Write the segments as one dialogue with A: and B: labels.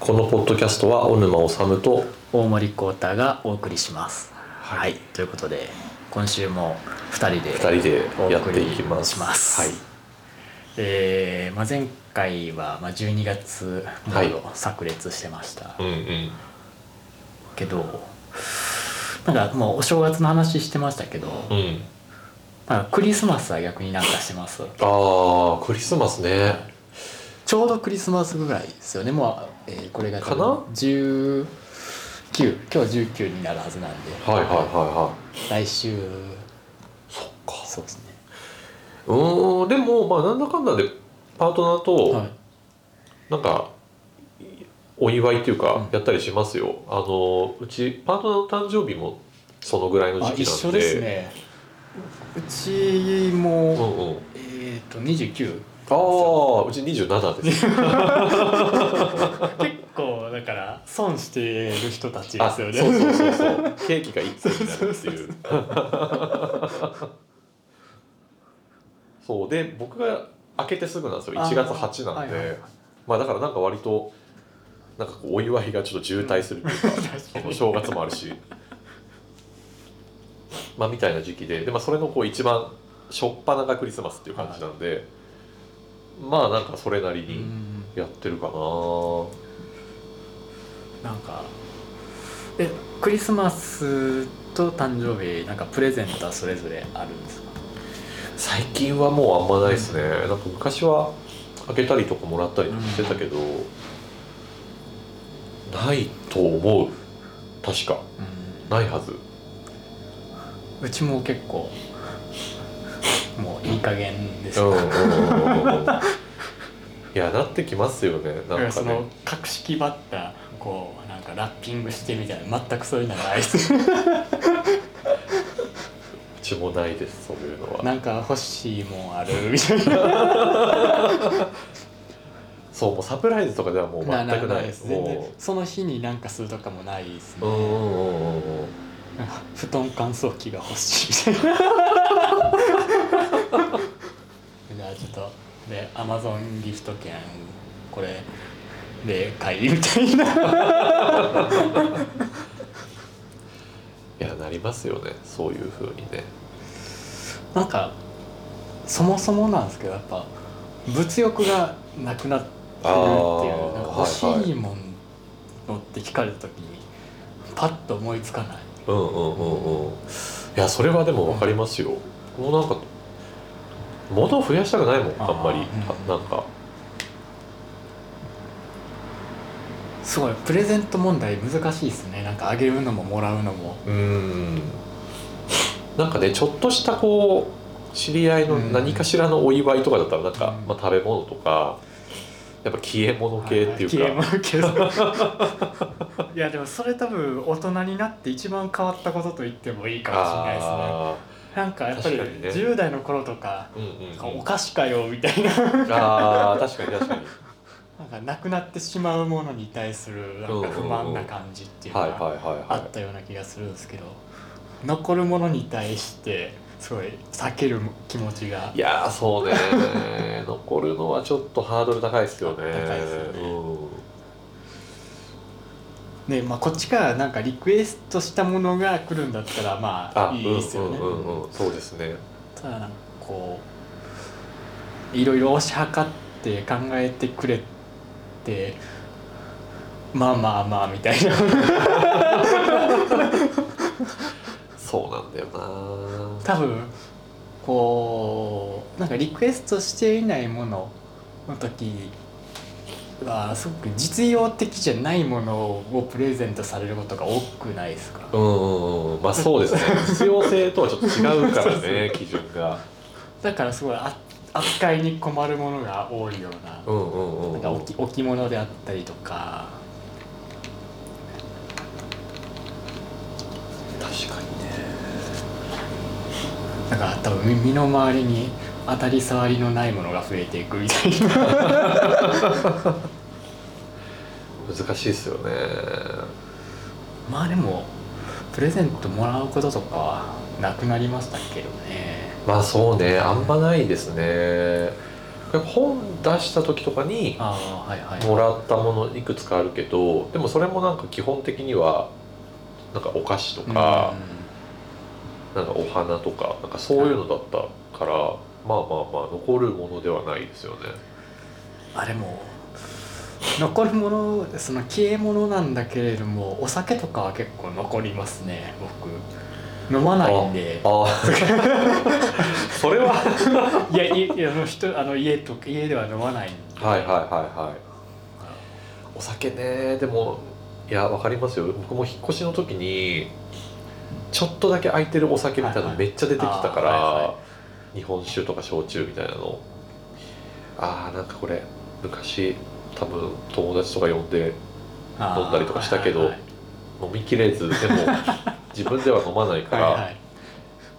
A: このポッドキャストは小沼治と
B: 大森コーターがお送りしますはい、
A: はい
B: ということで今週も2人で
A: 2人
B: お
A: でやっ
B: 送
A: てい
B: り
A: き
B: し
A: ます
B: ます
A: はい、
B: えーまあ、前回はまあ12月モードを炸裂してました、
A: うんうん
B: けどなんかもうお正月の話してましたけど、
A: うん
B: まあ、クリスマスは逆になんかしてます
A: ああクリスマスね
B: ちょうどクリスマスぐらいですよねもう、えーこれが
A: かな
B: 19今日19になるはずなんで
A: はいはいはいはい
B: 来週
A: そっか
B: そうですね
A: うーんでもまあなんだかんだでパートナー
B: は
A: と
B: い
A: なんかお祝いっていうか
B: うん
A: やったりしますよ、あのうちパートナーの誕生日もそのぐらいの
B: あ
A: 時期
B: 一
A: な
B: 緒
A: んで
B: ですねうち
A: うん
B: も、
A: うん
B: えっ、と29
A: ああうち27です
B: 結構だから損してる人たちで
A: あ
B: す
A: そ
B: よ
A: う
B: ね
A: そうそうそう ケーキが1つになるっていう そうで僕が開けてすぐなんですよ
B: あー
A: 1月8なんで、
B: はいはい
A: まあだからなんか割となんかこうお祝いがちょっと渋滞するってい うかその正月もあるしまあみたいな時期でで、まあ、それのこう一番初っ端がクリスマスっていう感じなんで、まあなんかそれなり
B: う
A: に
B: ん
A: やってるかな、
B: なんかえクリスマスと誕生日なんかプレゼントはそれぞれあるんですか
A: 最近はもうあんまないですね、なんか昔は開けたりとかもらったりとかしてたけど、ないと思う確かないはず
B: うちも結構もういい加減です、
A: うんうんう
B: だ
A: んうんうんいやなってきますよね
B: か
A: なん
B: ら
A: か
B: そ
A: ね
B: の格式ばったこうなんかラッピングしてみたいな全くそういうのがないです
A: うちもないですそういうのは
B: なんか欲しいもんあるみたいな
A: そうもうサプライズとかではもう全くない
B: です全然
A: も
B: その日になんかするとかもないです
A: うう
B: ね、
A: んうんうんうんうん
B: なんか布団乾燥機が 欲しいみたいなじゃあちょっとでアマゾンギフト券これで買いみたいない
A: やなりますよねそういうふうにね
B: なんかそもそもなんですけどやっぱ物欲がなくなってるってい
A: あ
B: う
A: ー
B: なんか欲し
A: はいはい
B: いもんのって聞かれた時にパッと思いつかない
A: うんうんうんうんいやそれはでも分かりますよ、もうなんか物を増やしたくないもん
B: あ
A: あ
B: ー
A: んまり、
B: うん
A: なんか
B: すごいプレゼント問題難しいですねなんかあげるのももらうのも
A: うーんなんかねちょっとしたこう知り合いの
B: うん
A: 何かしらのお祝いとかだったらなんか、
B: うん
A: まあ、食べ物とかやっぱ消え物系っていうか、
B: 消え物系いやでもそれ多分大人になって一番変わったことと言ってもいいかもしれないで
A: あ
B: すねなんかやっぱり
A: 確かにね
B: 10代の頃とか
A: ーうんうんうん
B: お菓子かよみたいななん
A: あー確かに確かに
B: かなくなってしまうものに対するなんか不満な感じっていうの
A: はいはい
B: が
A: はい
B: あ
A: は
B: ったような気がするんですけど残るものに対してすごい避ける気持ちが
A: いいやーそうね残るのはちょっとハードル高いですよね
B: 高いですよね
A: うん
B: ねまあ、こっちからなんかリクエストしたものが来るんだったらまあ
A: あ、
B: いいですよね。
A: うんうんうんうん、そうですね。
B: ただなんかこういろいろ推し量って考えてくれてまあまあまあみたいな
A: そうなんだよな。
B: 多分こうなんかリクエストしていないものの時はすごく実用的じゃないものをプレゼントされることが多くないですか
A: うんうんうん、まあそうですね。必要性とはちょっと違う からね、基準が。
B: だからすごいあ扱いに困るものが多いような
A: うんうんうんうん。
B: なんか置き置物であったりとか
A: 確かにね。
B: なんか多分身の回りに当たり障りのないものが増えていくみたいな
A: 難しいですよね。
B: まあでもプレゼントもらうこととかはなくなりましたけどね
A: まあそうね、あんまないですね。やっぱ本出した時とかに
B: ああはいはい
A: もらったものいくつかあるけどでもそれもなんか基本的にはなんかお菓子とか、なんかお花とかなんかそういうのだったから、まあまあまあ残るものではないですよね。
B: うんあれも残るものその消え物なんだけれどもお酒とかは結構残りますね僕飲まないんで
A: あ あそれは
B: いやいいやあの人あの家と家では飲まないんで
A: はいはいはいはいお酒ねでもいやわかりますよ僕も引っ越しの時にちょっとだけ空いてるお酒みたいな
B: はいは
A: の
B: い
A: めっちゃ出てきたから、
B: あーはいは
A: 日本酒とか焼酎みたいなのあーなんかこれ昔多分友達とか呼んで
B: あー
A: 飲んだりとかしたけど
B: はいはい
A: 飲みきれずで も自分では飲まないか
B: はいはいは
A: ら
B: い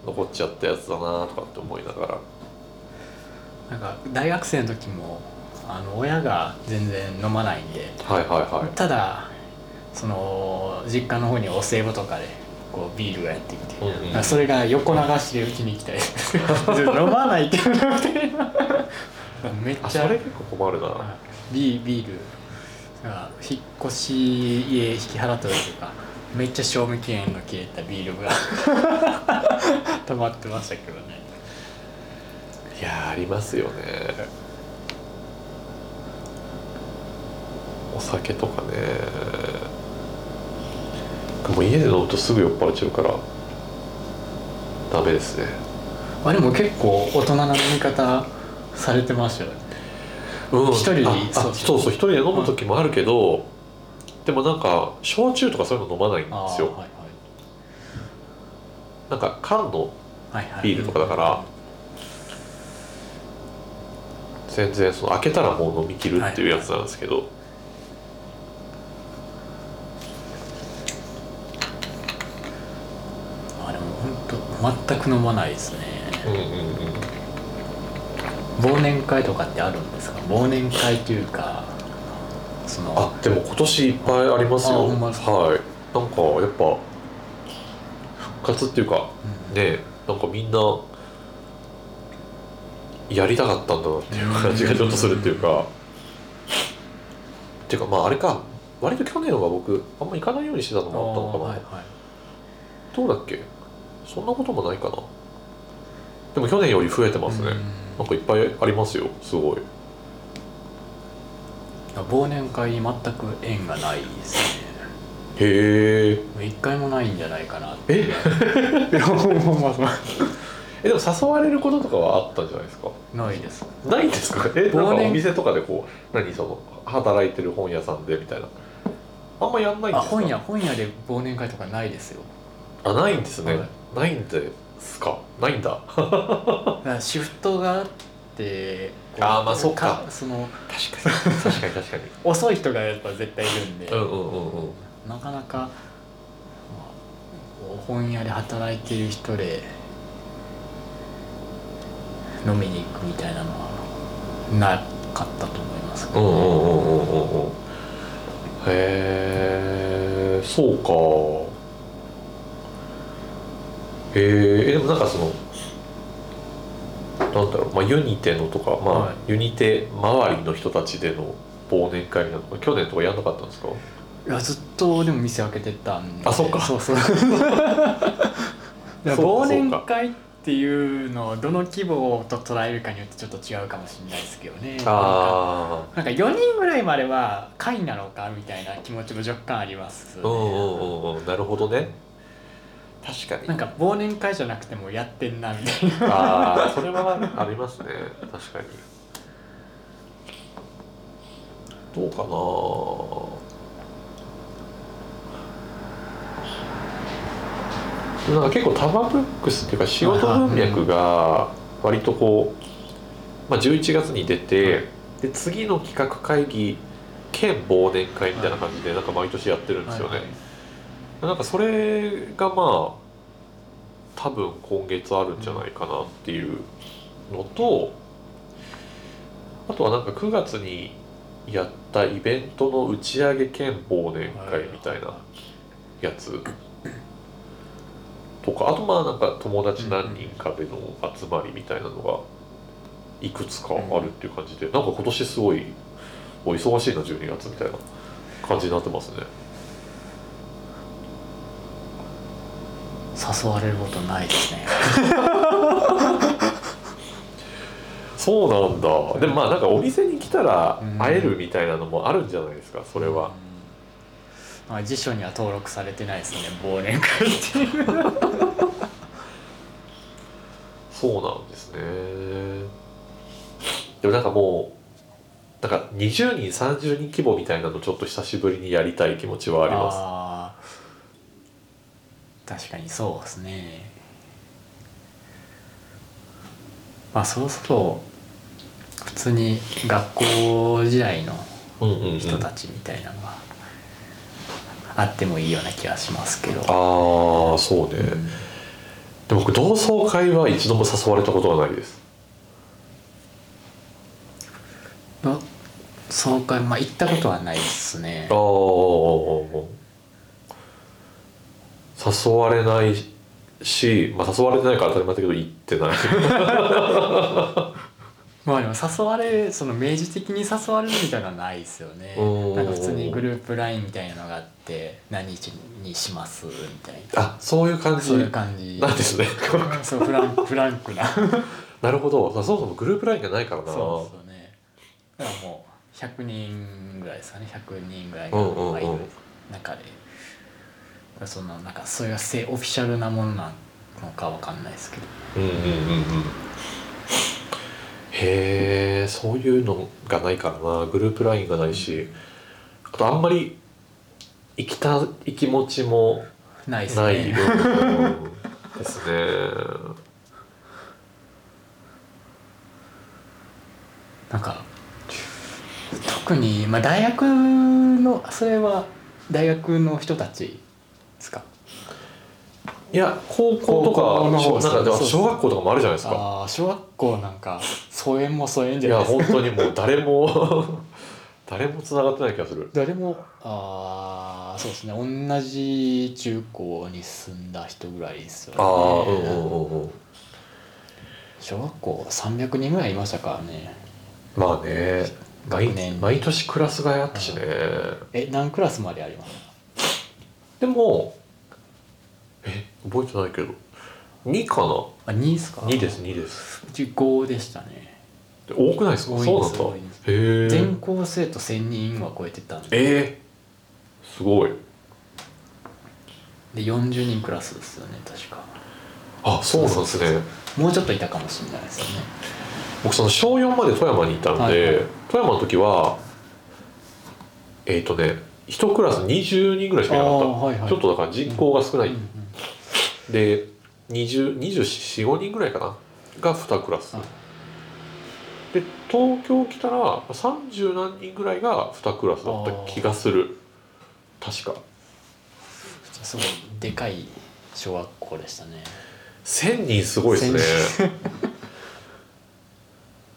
A: 残っちゃったやつだなとかって思いながら
B: なんか大学生の時もあの親が全然飲まないんで
A: はいはいはい
B: ただその実家の方にお歳暮とかでこうビールがやってきて、
A: うんうん
B: まあそれが横流しでうちに来た り飲まないけどみたいなめっ
A: あ
B: ち
A: そ
B: ゃ
A: れ結構困るな、
B: はいビービールが引っ越し家引き払った時とかめっちゃ賞味期限の切れたビールが 溜まってましたけどね
A: いやーありますよねお酒とかねでも家で飲むとすぐ酔っ払っちゃうからダメですね
B: あでも結構大人な飲み方されてましたよね
A: うん
B: 一人で
A: ああ
B: そ
A: そううそう一人で飲む時もあるけど、でもなんか焼酎とかそういうの飲まないん
B: あ
A: です
B: ー
A: よ
B: はい
A: なんか缶の
B: はいはいはい
A: ビールとかだから全然その開けたらもう飲み切るっていうやつなんですけど、
B: あでも本当全く飲まないですね
A: うんうんうん
B: 忘年会とかってあるんですか忘年会というかその
A: あでも今年いっぱいあります
B: あ
A: よ
B: ほんまですか
A: はいなんかやっぱ復活っていうか
B: うん
A: ねなんかみんなやりたかったんだなっていう感じがちょっとするっていうかっていうかまああれか割と去年は僕あんま行かないようにしてたのもあったのかな、
B: はいはい
A: どうだっけそんなこともないかなでも去年より増えてますね、
B: うん
A: なんかいっぱいありますよすごい
B: 忘年会に全く縁がないですね
A: へー
B: もう一回もないんじゃないかなって
A: え
B: いやほんまほんまほんま
A: えでも誘われることとかはあったんじゃないですか
B: ないです
A: ないんですかえなん
B: 忘
A: か
B: 年
A: お店とかでこう何その働いてる本屋さんでみたいなあんまやんないん
B: あ
A: ですか
B: 本屋本屋で忘年会とかないですよ
A: あないんですね、
B: はい
A: ないんですかないんだ確
B: だからシフトがあってこ
A: あーまあそうか
B: その
A: かに確かに確かに
B: 遅い人がやっぱ絶対いるんで、
A: うんうんうんうん
B: なかなか、まあこう本屋で働いてる人で飲みに行くみたいなのはなかったと思いますけ
A: うん
B: ど
A: うんうんうんうんうんへえそうかへーえでもなんかそのなんだろう、まあ、ユニテのとか、まあ
B: はい
A: ユニテ周りの人たちでの忘年会みたいなの去年とかやんなかったんですか
B: いやずっとでも店開けてたんで
A: あそうか
B: そ うそうで
A: そう
B: も忘
A: か
B: 年会っていうのをどの規模と捉えるかによってちょっと違うかもしれないですけどね
A: あ
B: なんか4人ぐらいまでは会なのかみたいな気持ちも若干あります、ね
A: あうんうんうんうんなるほどね確かに
B: なんか忘年会じゃなくてもやってんなみたいな
A: ああそれはありますね確かにどうかななんか結構タバブックスっていうか仕事文脈が割とこう、まあ、11月に出
B: はい
A: てで次の企画会議兼忘年会みたいな感じでなんか毎年やってるんですよね。
B: はいはい
A: なんかそれがまあ多分今月あるんじゃないかなっていうのとあとはなんか9月にやったイベントの打ち上げ兼忘年会みたいなやつとかあとまあなんか友達何人かでの集まりみたいなのがいくつかあるっていう感じで、なんか今年すごいお忙しいな12月みたいな感じになってますね
B: 誘われることないですね
A: そうなんだ、
B: ん
A: でもまあなんかお店に来たら
B: うん
A: 会えるみたいなのもあるんじゃないですかそ
B: こ
A: れは、、
B: うんまあ、辞書には登録されてないですね忘年会っていう
A: そうなんですねでもなんかもうなんか20人30人規模みたいなのちょっと久しぶりにやりたい気持ちはあります
B: あー確かにそうですねまあそろそろ普通に学校時代の
A: うんうん、うん、
B: 人たちみたいなのがあってもいいような気がしますけど、
A: ああそうね、
B: うん
A: でも僕同窓会は一度も誘われたことがないです
B: のその回まあ行ったことはないですね
A: ああ誘われないし、まあ、誘われてないから当たり前だけど行って ない
B: まあでも誘われその明示的に誘われるみたいなのはないですよね
A: うん
B: なんか普通にグループ LINE みたいなのがあって何日にしますみたい
A: あそういう感
B: な
A: じ
B: そういう感じ
A: なんですね
B: そうフランフランクなそう
A: なるほどそもそもグループラインがないからな
B: そうですよねだからもう100人ぐらいですかね100人ぐらい
A: うんうんうん
B: のまあいる中でだからそのなんかそれが正オフィシャルなものなのかわかんないですけ
A: う
B: ど
A: んうんうんうんへえそういうのがないからなグループラインがないしあとあんまり行きたい気持ちも
B: ないですね
A: ないようんですね。
B: なんか特に、まあ、大学のそれは大学の人たちですか
A: いや高校と
B: 高校の
A: か
B: 方
A: 小なんかでも
B: そうそう
A: 小学校とかもあるじゃないですか。
B: ああ小学校なんか疎遠も疎遠
A: い
B: じゃな
A: や
B: いですか
A: 本当にもう誰も 誰も繋がってない気がする。
B: 誰もああそうですね同じ中高に住んだ人ぐらいですよね
A: ああうんうんうんうん。
B: 小学校300人ぐらいいましたからね
A: まあね毎
B: 学年
A: 毎年クラス替えあったしね。
B: え何クラスまでありますか
A: でもえ覚えてないけど2か
B: あ2ですか
A: な2です2です。
B: うち5でしたね
A: で多くないですか
B: 多い
A: そうな
B: で
A: ん
B: す
A: だ。
B: 多いです
A: へえ
B: 全。校生徒1000人は超えてたんで
A: えー、すごい。
B: で40人クラスですよね確か
A: あそうなんですね。
B: もうちょっといたかもしれないですよね
A: 僕その小4まで富山にいたので、
B: はいはい
A: 富山の時はえっ、とね一クラス20人ぐらいしかいなかった、
B: あーはいはい
A: ちょっとだから人口が少ない、
B: うんうん
A: で245人ぐらいかなが2クラス、
B: はい
A: で東京来たら30何人ぐらいが2クラスだった気がする確か
B: すごいでかい小学校でしたね
A: 1000人すごいですね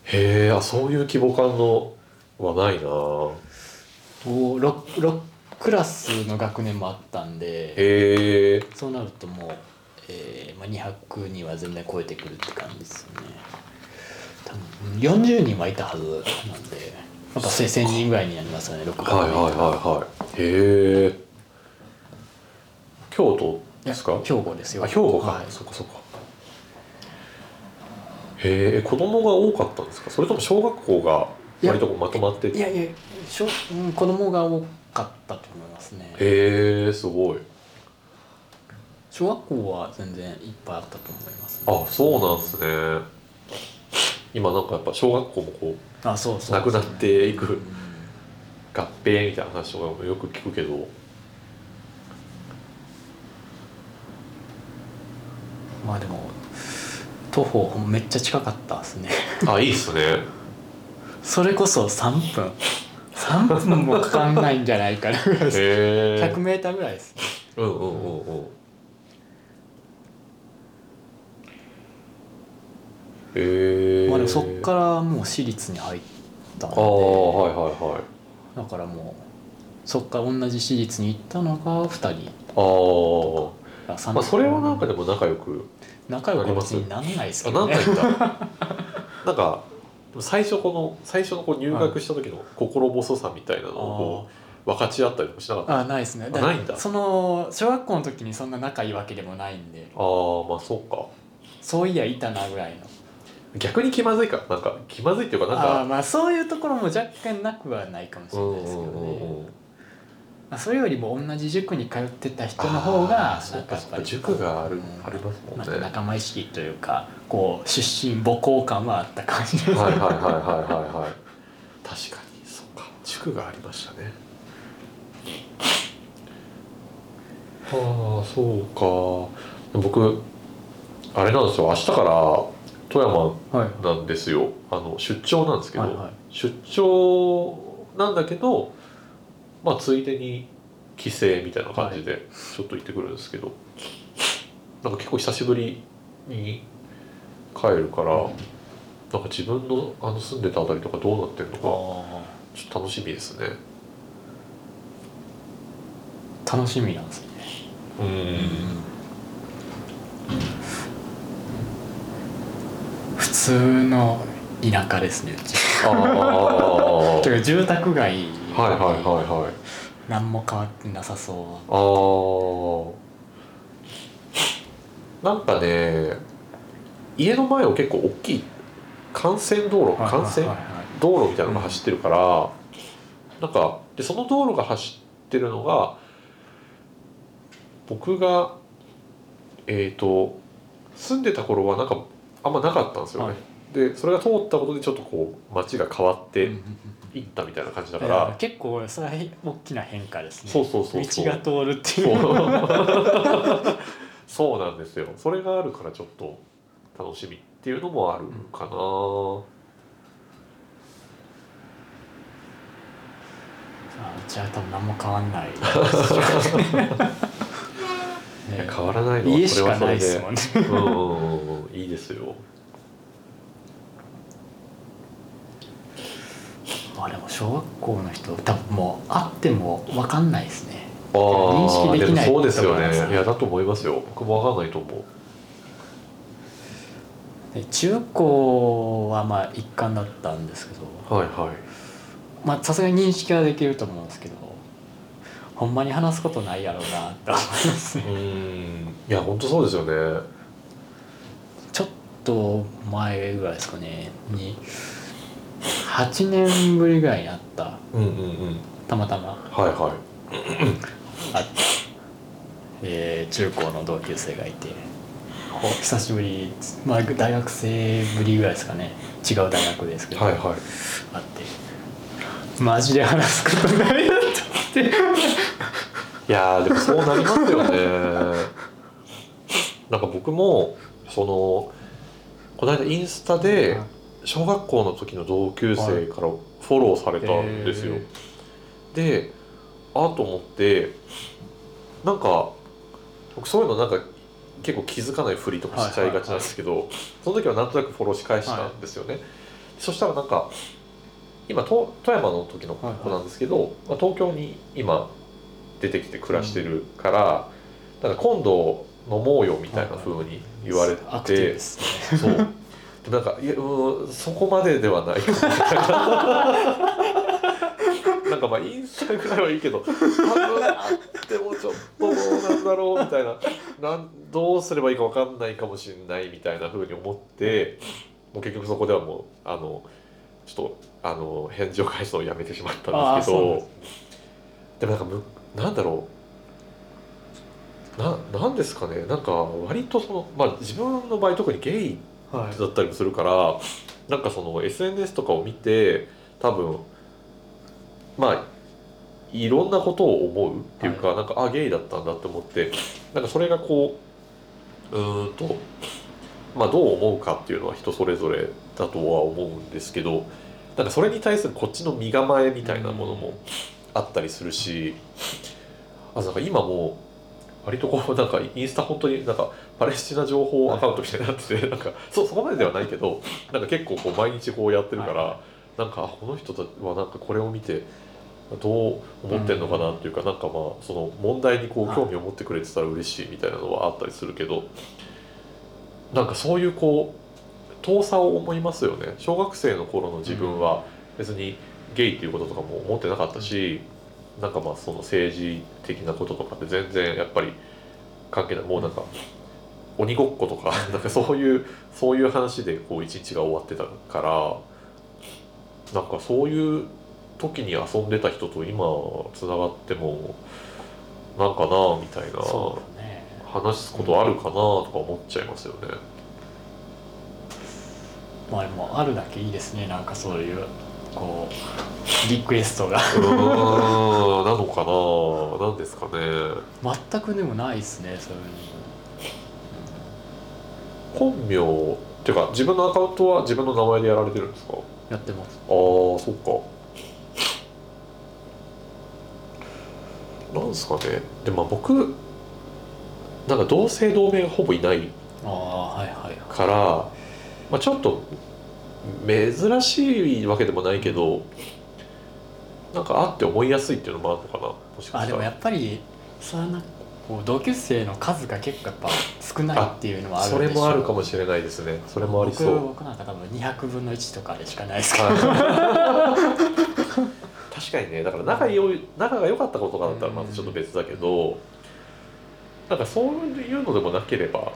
B: 1000
A: へえあそういう規模感のはないな
B: お 6, クラスの学年もあったんで
A: へえ
B: そうなるともう、えーまあ、200には全然超えてくるって感じですよね多分40人はいたはずなんでやっぱ1000人ぐらいになりますよね6クラス
A: はいはいはいはいへえ京都ですか
B: いや兵庫ですよ
A: あ兵庫か、
B: はい
A: そっかそっかへえ子供が多かったんですかそれとも小学校が割とこうまとまって
B: い
A: て
B: やいやしょ、うん、子供が多かったと思いますね
A: へえすごい
B: 小学校は全然いっぱいあったと思います、
A: あそうなんですね今なんかやっぱ小学校もこう
B: あそうそう
A: なくなっていく
B: うん
A: 合併みたいな話とかもよく聞くけど
B: まあでも徒歩めっちゃ近かったですね
A: あいいっすね
B: それこそ3分3分もかかんないんじゃないかなぐらいです
A: へえ
B: 100m ぐらいですね
A: うんうんうんうんえー、
B: まあでもそっからもう私立に入ったん
A: ああ
B: で
A: はいはいはい
B: だからもうそっから同じ私立に行ったのが2人
A: あ
B: あ
A: あ
B: 三
A: まあそれはなんかでも仲良く
B: 仲良くは別になんないです
A: あ
B: け
A: な
B: ど
A: ん
B: ね
A: か言ったなんかも最初この最初のこう入学した時の心細さみたいなのをこう分かち合ったりとかしなかったあ
B: あないですね
A: あないんだ
B: その小学校の時にそんな仲いいわけでもないんで
A: あーまあそうか
B: そういやいたなぐらいの
A: 逆に気まずいかなんか気まずいっていうかなん
B: ああ
A: か
B: まあそういうところも若干なくはないかもしれないですけど
A: うんうんうん
B: ね
A: うん
B: まあそれよりも同じ塾に通ってた人の方
A: あ
B: が
A: ーそ
B: な
A: うん
B: か
A: か
B: や
A: そ
B: っ
A: う
B: ぱ
A: か
B: り
A: 塾がある、
B: うん
A: ありますもんねは
B: なんか
A: いはい
B: 仲間意識というかこう出身母校感はあった感じです
A: はいはいはいはい確かにそうか塾がありましたねはあそうか僕あれなんですよ明日から富山
B: はい
A: なんですよあの出張なんですけど、
B: はいはい
A: 出張なんだけどまあついでに帰省みたいな感じでちょっと行ってくるんですけど、なんか結構久しぶりに帰るから、なんか自分のあの住んでたあたりとかどうなってるのか
B: あ
A: ちょっと楽しみですね
B: ー楽しみなんですね
A: うん
B: 普通の田舎ですねうち
A: ああは
B: と
A: い
B: いうか住宅街はい
A: はいはいはい
B: 何も変わってなさそ
A: あーなんかね家の前を結構大きい幹線道路
B: う
A: 幹線
B: はいはいはい
A: 道路みたいなのが走ってるから、なんかでその道路が走ってるのが僕がえっ、と住んでた頃はなんかあんまなかったんですよね。
B: はい
A: でそれが通ったことでちょっとこう街が変わっ
B: うんう
A: て
B: んうん
A: いったみたいな感じだ
B: い
A: か
B: や
A: ら、
B: 結構それは大きな変化ですね
A: そうそうそうそう
B: 道が通るっていう
A: そう そうなんですよそれがあるからちょっと楽しみっていうのもあるかな、
B: あうちは多分何も変わんない
A: いや
B: ね
A: 変わらないの
B: 家
A: は
B: し
A: それ
B: か
A: はそ
B: ない
A: れ
B: です
A: で
B: もんね
A: うんうんうんうんいいですよ
B: あでも小学校の人多分もう会っても分かんないですね
A: あ
B: 認識できない
A: ーもそうですよ
B: と思います
A: ねいやだと思いますよ僕もわかんないと思う
B: で中高はまあ一貫だったんですけど
A: はいはい
B: まあさすがに認識はできると思うんですけどほんまに話すことないやろうなって思いますね
A: うーんいや本当そうですよね
B: ちょっと前ぐらいですかねに8年ぶりぐらいに会った
A: うんうんうん
B: たまたま
A: はいはい
B: 会った、えー中高の同級生がいてお久しぶり、まあ、大学生ぶりぐらいですかね違う大学ですけど、
A: はいはい
B: 会ってマジで話すことないなと思って
A: いやーでもそうなりますよね なんか僕もそのこの間インスタで小学校の時の同級生からフォローされたんですよ、
B: へ
A: であと思ってなんか僕そういうのなんか結構気づかないふりとかしちゃいがちなんですけど、その時はなんとなくフォローし返したんですよね、そしたらなんか今と富山の時の子なんですけど、まあ、東京に今出てきて暮らしてるから、なんか今度飲もうよみたいな風に言われて、
B: アクティブですね
A: そう。でもなんかいやうんそこまでではない。 なんかまあインスタぐらいはいいけど、多分あってもちょっとどうなんだろうみたいな、なんどうすればいいかわかんないかもしれないみたいな風に思って、もう結局そこではもうあのちょっとあの返事を返すのをやめてしまったんですけ
B: あーそうなんで
A: ど、でもなんかむなんだろう。ななんですかねなんか割とそのまあ自分の場合特にゲイ
B: は
A: だったりもするからなんかその SNS とかを見て多分まあいろんなことを思うっていうか、なんかあゲイだったんだって思ってなんかそれがこううーんとまあどう思うかっていうのは人それぞれだとは思うんですけどなんかそれに対するこっちの身構えみたいなものもあったりするし、あとなんか今もう割とこうなんかインスタ本当になんかパレスチナ情報アカウントみたいになってて、なんかそそこまでではないけどなんか結構こう毎日こうやってるから、
B: は
A: なんかあこの人たちはなんかこれを見てどう思ってんのかなっていうか、なんかまあその問題にこ
B: は
A: う
B: い
A: 興味を持ってくれてたら嬉しいみたいなのはあったりするけど、なんかそういうこう遠さを思いますよね小学生の頃の自分は別にゲイっていうこととかも思ってなかったし、なんかまあその政治的なこととかって全然やっぱり関係ないもうなんか鬼ごっことか なんかそういうそういう話でこう一日が終わってたからなんかそういう時に遊んでた人と今つながってもなんかなみたいな
B: そうだね
A: 話すことあるかなとか思っちゃいますよね。
B: まあでもあるだけいいですねなんかそういうこうリクエス トが
A: うーんなのかななんですかね
B: 全くでもないですねそういう
A: 本名っていうか自分のアカウントは自分の名前でやられてるんですかあ
B: のやってます
A: あそっかなんですかねでまあ僕なんか同姓同名がほぼいない
B: ああはいはいはい
A: から、まあ、ちょっと珍しいわけでもないけどなんかあって思いやすいっていうのもあるのかなもしか
B: あ
A: し
B: で
A: た
B: もや
A: ら
B: っぱりそれはなんかこう同級生の数が結構やっぱ少ないっていうのはある
A: そ
B: で
A: れ
B: しょ
A: もあるかもしれないですねそれもありそう
B: 僕僕なんか多分200分の1とかでしかないですから、
A: はい確かにねだから仲よい仲が良かったことかだったらまたちょっと別だけど、なんかそういうのでもなければ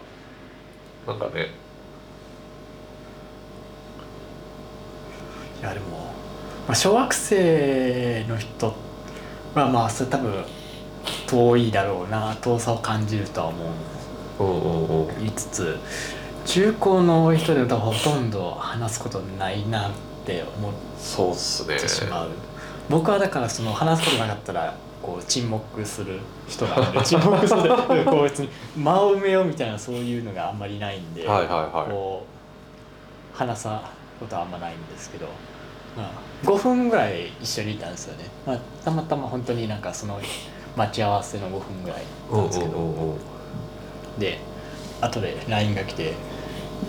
A: なんかね
B: いやでも、まあ、小学生の人はまあそれ多分遠いだろうな遠さを感じるとは思
A: うんうんうん
B: いつつ中高の人でも多分ほとんど話すことないなって思っ
A: そうっすね
B: てしまう、僕はだからその話すことなかったらこう沈黙する人なの で沈黙するこう別に間を埋めようみたいなそういうのがあんまりないんで、
A: はいはいは
B: こう話さことはあんまないんですけど、まあ、5分ぐらい一緒にいたんですよね、まあ、たまたま本当になんかその待ち合わせの5分ぐらい
A: い
B: なんですけど、
A: うんうんうんうん
B: で後で LINE が来て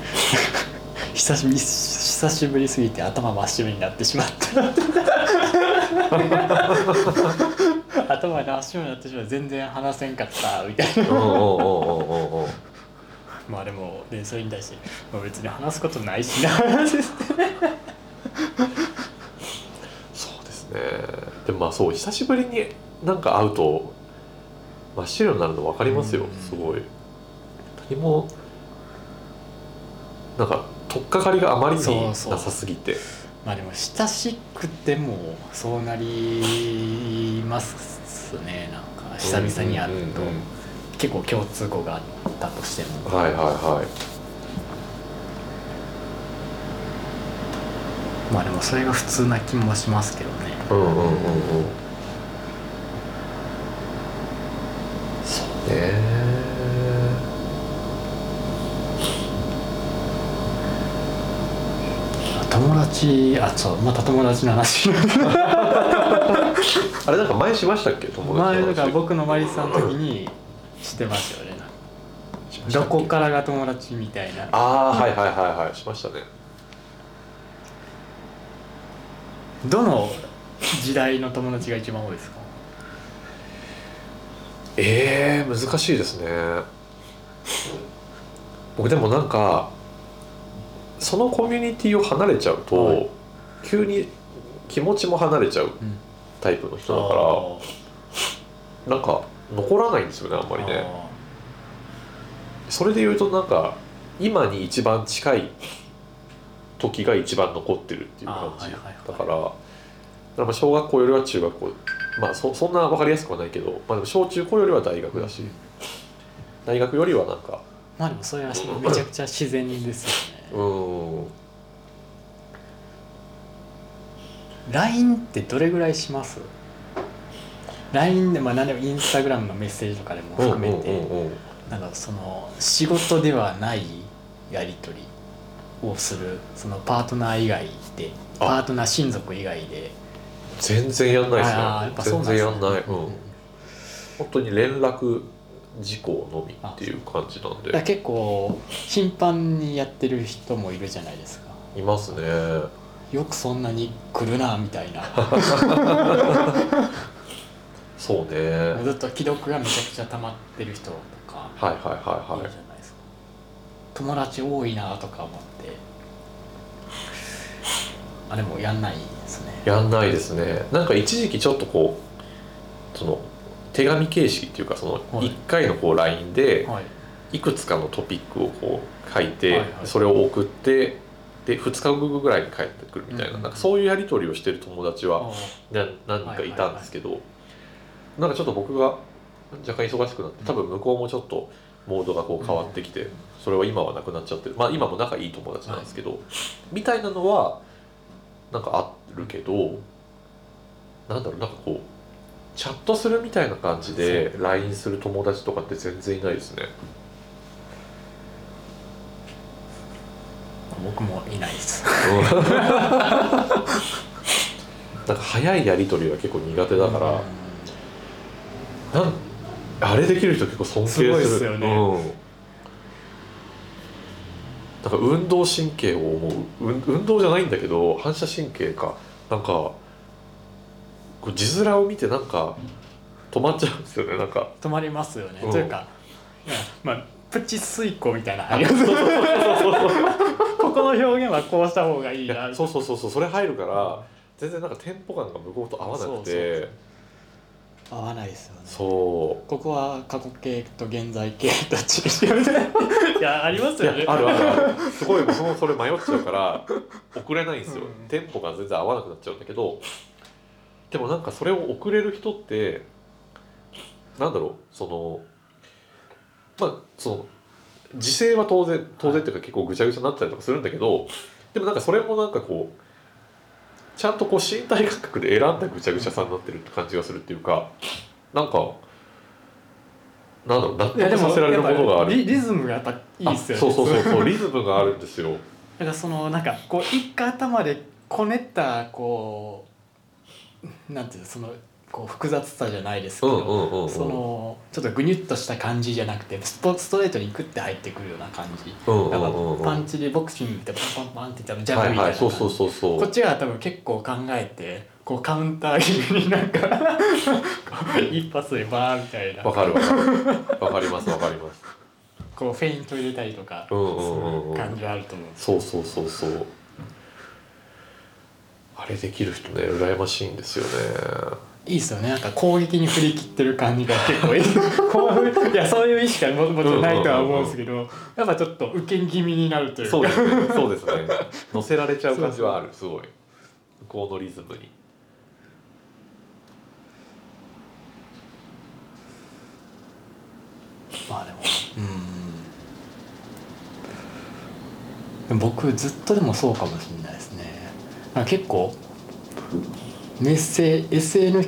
B: 久しぶり久しぶりすぎて頭真っ白になってしまった 頭が真っ白になってしまって全然話せんかったみたいな
A: うんうんうんうんうん
B: まあでもでそれに対して、まあ、別に話すことないしな って
A: そうですねでもまあそう久しぶりになんか会うと真っ白になるの分かりますよ
B: うん
A: すごい何もなんか取っかかりがあまりに
B: そう
A: な
B: そう
A: さすぎて
B: まあでも親しくてもそうなりますねなんか久々に会うと
A: うんうんうん
B: 結構共通語があったとしても
A: はいはいはい
B: まあでもそれが普通な気もしますけどね
A: うんうんうんうんそうね
B: 友達あそうまた友達の 話
A: あれなんか前しましたっけ友達
B: 前
A: の
B: だ
A: 話
B: から僕のマリさんの時にしてましたよねなんか
A: しました
B: ど
A: っけ
B: こからが友達みたいな
A: ああーはいはいはいはいしましたね
B: どの時代の友達が一番多いですか
A: えー、難しいですね僕でもなんかそのコミュニティを離れちゃうと、
B: はい
A: 急に気持ちも離れちゃう
B: うん
A: タイプの人だからなんか残らないんですよねあんまりね
B: あ
A: それで言うとなんか今に一番近い時が一番残ってるっていう感じ
B: あー
A: だ
B: はいはいはい
A: からだからまあ小学校よりは中学校まあそそんな分かりやすくはないけど、まあ、でも小中高よりは大学だし大学よりはなんか
B: ーまあでもそれはめちゃくちゃ自然ですよ
A: う
B: ね
A: ーん
B: LINE ってどれぐらいします LINE でまあ何でもインスタグラムのメッセージとかでも含め
A: うん
B: て
A: うんうんうん
B: なんかその仕事ではないやり取りをするそのパートナー以外で
A: あ
B: パートナー親族以外で
A: 全然やんない
B: あーやっ
A: で
B: ぱ
A: す
B: そ
A: ね
B: う
A: 全然や
B: なんですね
A: んない、うん、本当に連絡事項のみっていう感じなん
B: だから
A: で
B: 結構頻繁にやってる人もいるじゃないですか
A: いますね
B: よくそんなに来るなみた いな
A: そうねはい
B: ずっと既読がめちゃくちゃ溜まってる人とか
A: はいはいはい
B: いるじゃないですか友達多いなとか思ってあれもやんないですね
A: やんないですねなんか一時期ちょっとこうその手紙形式っていうかその
B: はい
A: 1回のこう LINE で
B: はい
A: いくつかのトピックをこう書いて
B: はいはい
A: それを送ってで2日後ぐらいに帰ってくるみたい
B: うんう
A: なんなんかそういうやり取りをしてる友達はな何人かいたんですけどなんかちょっと僕が若干忙しくなって多分向こうもちょっとモードがこう変わってきてそれは今はなくなっちゃってるまあ今も仲いい友達なんですけどみたいなのはなんかあるけどなんだろうなんかこうチャットするみたいな感じで LINE する友達とかって全然いないですね
B: 僕もいないです
A: うん なんか早いやり取りが結構苦手だから、
B: うん
A: なんあれできる人結構尊敬する
B: すごいっすよね
A: うん、なんか運動神経を思ううん運動じゃないんだけど反射神経かなんかこう字面を見てなんか止まっちゃうんですよねなんか
B: 止まりますよね
A: うん
B: というかいやまあプチ遂行みたいな ここの表現はこうした方がいい
A: い
B: な
A: やそうそうそうそうそれ入るから全然なんかテンポ感が向こうと合わなく
B: そうそ
A: て
B: う合わないですよね
A: そう
B: ここは過去形と現在形どっちにしよう みたいないやありますよ
A: い
B: ね
A: やあるある あるすごい僕もそれ迷っちゃうから送れないんですよ、
B: うん
A: テンポが全然合わなくなっちゃうんだけどでもなんかそれを送れる人ってなんだろうそのまあその時勢は当然当然っていうか結構ぐちゃぐちゃになったりとかするんだけどでもなんかそれもなんかこうちゃんとこう身体感覚で選んだぐちゃぐちゃさになってるって感じがするっていうかなんかなんだろう納
B: いやで
A: 得
B: も
A: させられるものがある
B: リリズムがやっぱいいっすよね
A: あそうそうそう そうリズムがあるんですよ
B: だからそのなんかこう一回頭でこねったこうなんていうのそのこう複雑さじゃないですけ
A: うん
B: ど、
A: うんうんうん
B: そのちょっとぐにゅっとした感じじゃなくてストストレートにグッて入ってくるような感じ
A: うんう
B: だから
A: んうんうん
B: パンチでボクシングってパンパンパンっていったらジャ
A: は
B: ブ
A: い
B: みた
A: はいい
B: な
A: そ
B: 感
A: うそ
B: じ
A: うそうそう
B: こっちが多分結構考えてこうカウンター気味になんか こう一発でバーみたいな
A: わかるわかるわかりますわかります
B: こうフェイント入れたりとかす
A: うんうんうんうん
B: る感じあると思う
A: そうそうそうそうあれできる人ね羨ましいんですよね
B: いいっすよねなんか攻撃に振り切ってる感じが結構いいこういやそういう意識はももちろんないとは思うんですけどやっぱちょっと受け気味になるというか
A: そうですねそう ですね乗せられちゃう感じはあるすごい向こうのリズムに
B: まあでもうんでも僕ずっとでもそうかもしれないですねなんか結構メッセ SN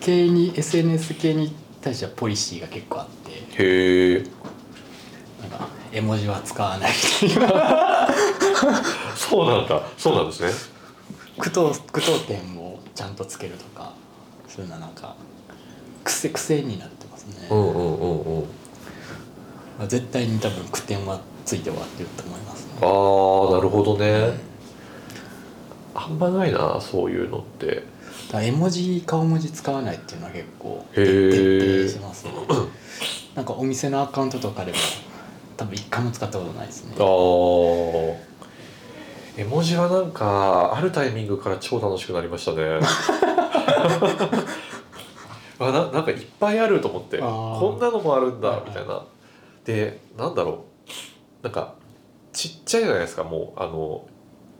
B: 系に SNS 系に対してはポリシーが結構あって
A: へえ
B: なんか絵文字は使わないっていう
A: そうなんだそうなんですね
B: 句読句読点をちゃんとつけるとかそういうのはなんか癖癖になってますね、
A: うんうんうんうん
B: まあ絶対に多分句点はついて終わってると思いますね
A: ああなるほどねあんまないなそういうのって
B: だから絵文字顔文字使わないっていうのは結構
A: へー
B: 徹底してますね なんかお店のアカウントとかでも多分一回も使ったことないですね
A: あー絵文字はなんかあるタイミングから超楽しくなりました ねあななんかいっぱいあると思って
B: あー
A: こんなのもあるん
B: はい
A: だ
B: はい
A: みたいなでなんだろうなんかちっちゃいじゃないですかもうあの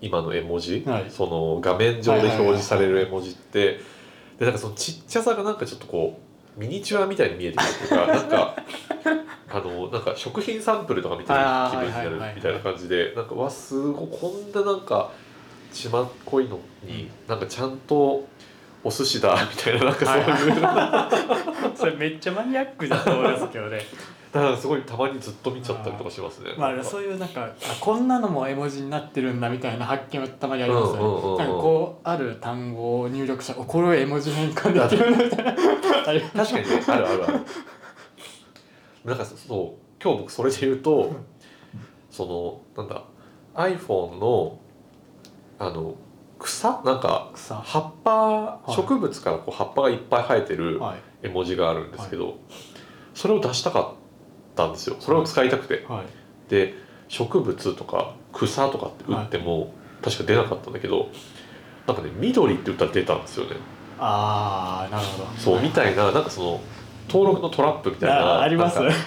A: 今の絵文字、
B: はい
A: その画面上で表示される絵文字ってでなんかそのちっちゃさがなんかちょっとこうミニチュアみたいに見えてくるというかなん かあのなんか食品サンプルとか見てる
B: あー
A: 気分になる
B: はいはいはいはい
A: みたいな感じでなんかわすごいこんななんかちまっこいのになんかちゃんとお寿司だみたいななんかそういう、
B: それめっちゃマニアックだと思うんですけどね
A: だからすごいたまにずっと見ちゃったりとかしますね。
B: ま
A: なん
B: あ
A: か
B: そういうなんかあこんなのも絵文字になってるんだみたいな発見はたまにありますよね、
A: うんうんうんうん
B: なんかこうある単語を入力したらおこれを絵文字変換できるみたいなあれ
A: 確かにねあるあるあるなんかそそう今日僕それで言うとそのなんだ iPhone のあの草なんか
B: 草
A: 葉っぱ
B: い
A: 植物からこう葉っぱがいっぱい生えてる
B: は
A: 絵文字があるんですけど、それを出したかったんですよそれを使いたくて
B: いはい
A: で植物とか草とかって打っても、確か出なかったんだけどなんかね「緑」って歌出たんですよね
B: ああなるほど
A: そうみたいななんかその登録のトラップみたいな
B: ああります
A: なんか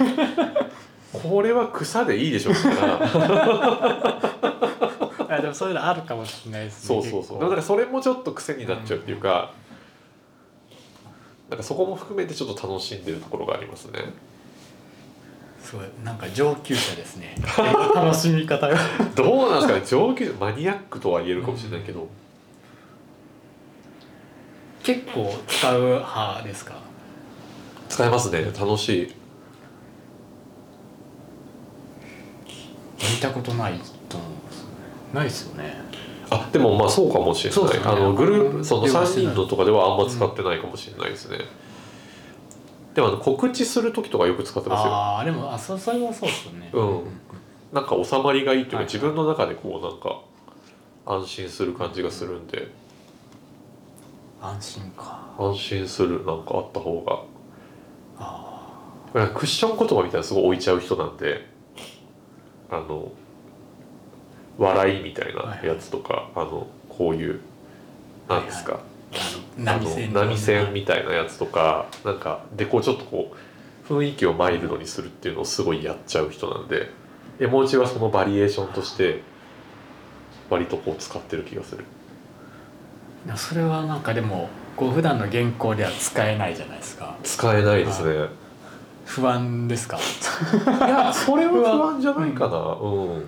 A: これは草でいいでしょみたい な
B: あでもそういうのあるかもしれないです
A: そ
B: ね
A: うそうそうでもな
B: 結構
A: んかそれもちょっと癖になっちゃうっていうか、なんかそこも含めてちょっと楽しんでるところがありますね
B: すごいなんか上級者ですね楽しみ方が
A: どうなんですかね上級マニアックとは言えるかもしれないけど、
B: 結構使う派ですか
A: 使えますね楽しい
B: 見たことないと思うんですよねないですよね
A: あでもまあそうかもしれ
B: そう
A: な
B: で
A: い、
B: すね
A: あのグルー
B: うん
A: プその
B: 電話して
A: 3
B: ない
A: 人のとかではあんま使ってないかもしれないですね、でもあの告知する時とかよく使ってますよ
B: ああでもあそそれはそうですよね
A: うんなんか収まりがいいというか、
B: はい
A: 自分の中でこうなんか安心する感じがするんで
B: 安心か
A: 安心するなんかあった方が
B: あ
A: なんかクッション言葉みたいなのすごい置いちゃう人なんであの笑いみたいなやつとか、あのこういうなんですか、
B: あ
A: あ
B: 波
A: の
B: 線
A: 波線みたいなやつとかなんかでこうちょっとこう雰囲気をマイルドにするっていうのをすごいやっちゃう人なんで絵文字はそのバリエーションとして割とこう使ってる気がする
B: いやそれはなんかでもこう普段の原稿では使えないじゃないですか
A: 使えないですね
B: 不安ですか
A: いやそれは不安じゃないかなうん、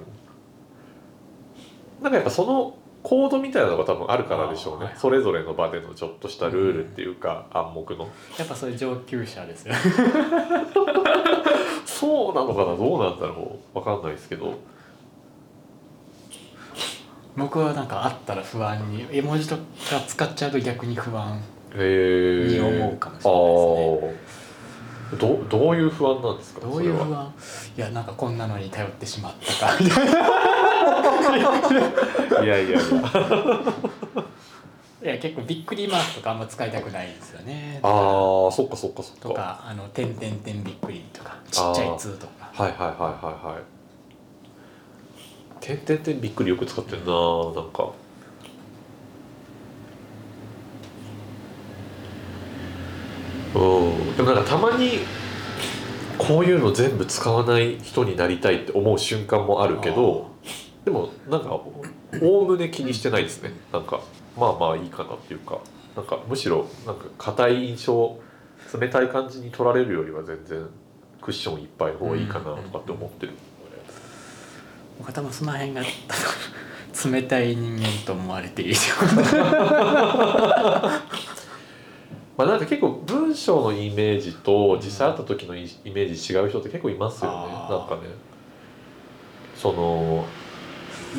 A: なんかやっぱそのコードみたいなのが多分あるからでしょう
B: あー
A: ね、
B: はい
A: それぞれの場でのちょっとしたルールっていうか、暗黙の
B: やっぱそれ上級者ですよ
A: そうなのかなどうなんだろうわかんないですけど
B: 僕はなんかあったら不安に絵文字とか使っちゃうと逆に不安
A: へえ
B: に思うかもし
A: ああどどういう不安なんですか
B: どういう
A: それ
B: 不
A: は
B: 安いやなんかこんなのに頼ってしまったか みたいない
A: やいやいや
B: いや結構びっくりマークとかあんま使いたくないんですよね
A: あーそっかそっかそっか
B: とかあの「点点点びっくり」とかちっちゃい「つ」とか
A: はいはいはいはいはいてんてんてんびっくりよく使ってるななんかうんでもなんかたまにこういうの全部使わない人になりたいって思う瞬間もあるけどでもなんかおおむね気にしてないですねなんかまあまあいいかなっていうかなんかむしろなんか硬い印象冷たい感じに取られるよりは全然クッションいっぱいの方がいいかなとかって思ってる、
B: 僕は多分その辺が冷たい人間と思われている
A: まあ、なんか結構文章のイメージと実際会った時のイイメージ違う人って結構いますよね
B: あー
A: なんかねその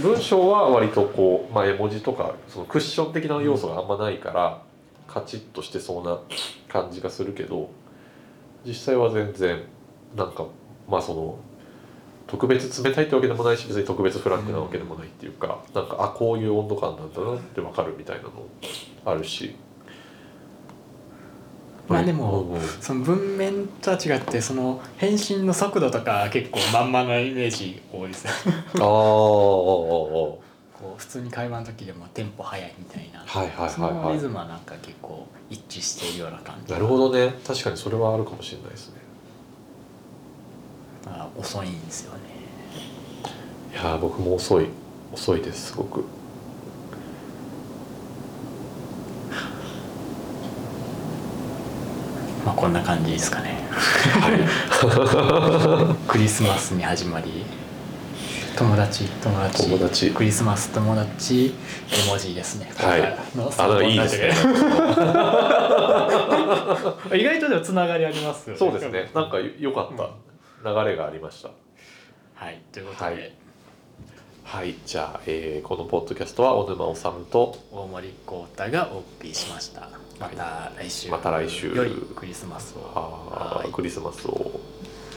A: 文章は割とこう、まあ、絵文字とかそのクッション的な要素があんまないからカチッとしてそうな感じがするけど実際は全然なんかまあその特別冷たいってわけでもないし別に特別フランクなわけでもないっていうか、なんかあこういう温度感なんだなってわかるみたいなのあるし。
B: まあでも
A: うんうん
B: その文面とは違ってその返信の速度とか結構まんまなイメージ多いですよ
A: あーあーあー
B: こう普通に会話の時でもテンポ速いみたいな
A: あーはいはい
B: その
A: はい
B: リ
A: は
B: ズムはなんか結構一致しているような感
A: い
B: じ
A: なるほどね確かにそれはあるかもしれないですね
B: まあ遅いんですよね
A: いやー僕も遅い遅いですすごく
B: まあこんな感じですかね クリスマスに始まり友達友達
A: 友達
B: クリスマス友達絵文字ですね
A: はい
B: の
A: あだからいいですね
B: 意外とでもつながりありますよね
A: そうですねなんかよ良かっ
B: う
A: た流れがありました
B: はいということで、
A: はいはいじゃあ、えーこのポッドキャストは小沼治と
B: 大森豪太がお送りしましたまた来週
A: また来週
B: 良いクリスマスを
A: あ
B: は
A: ー
B: い
A: クリスマスを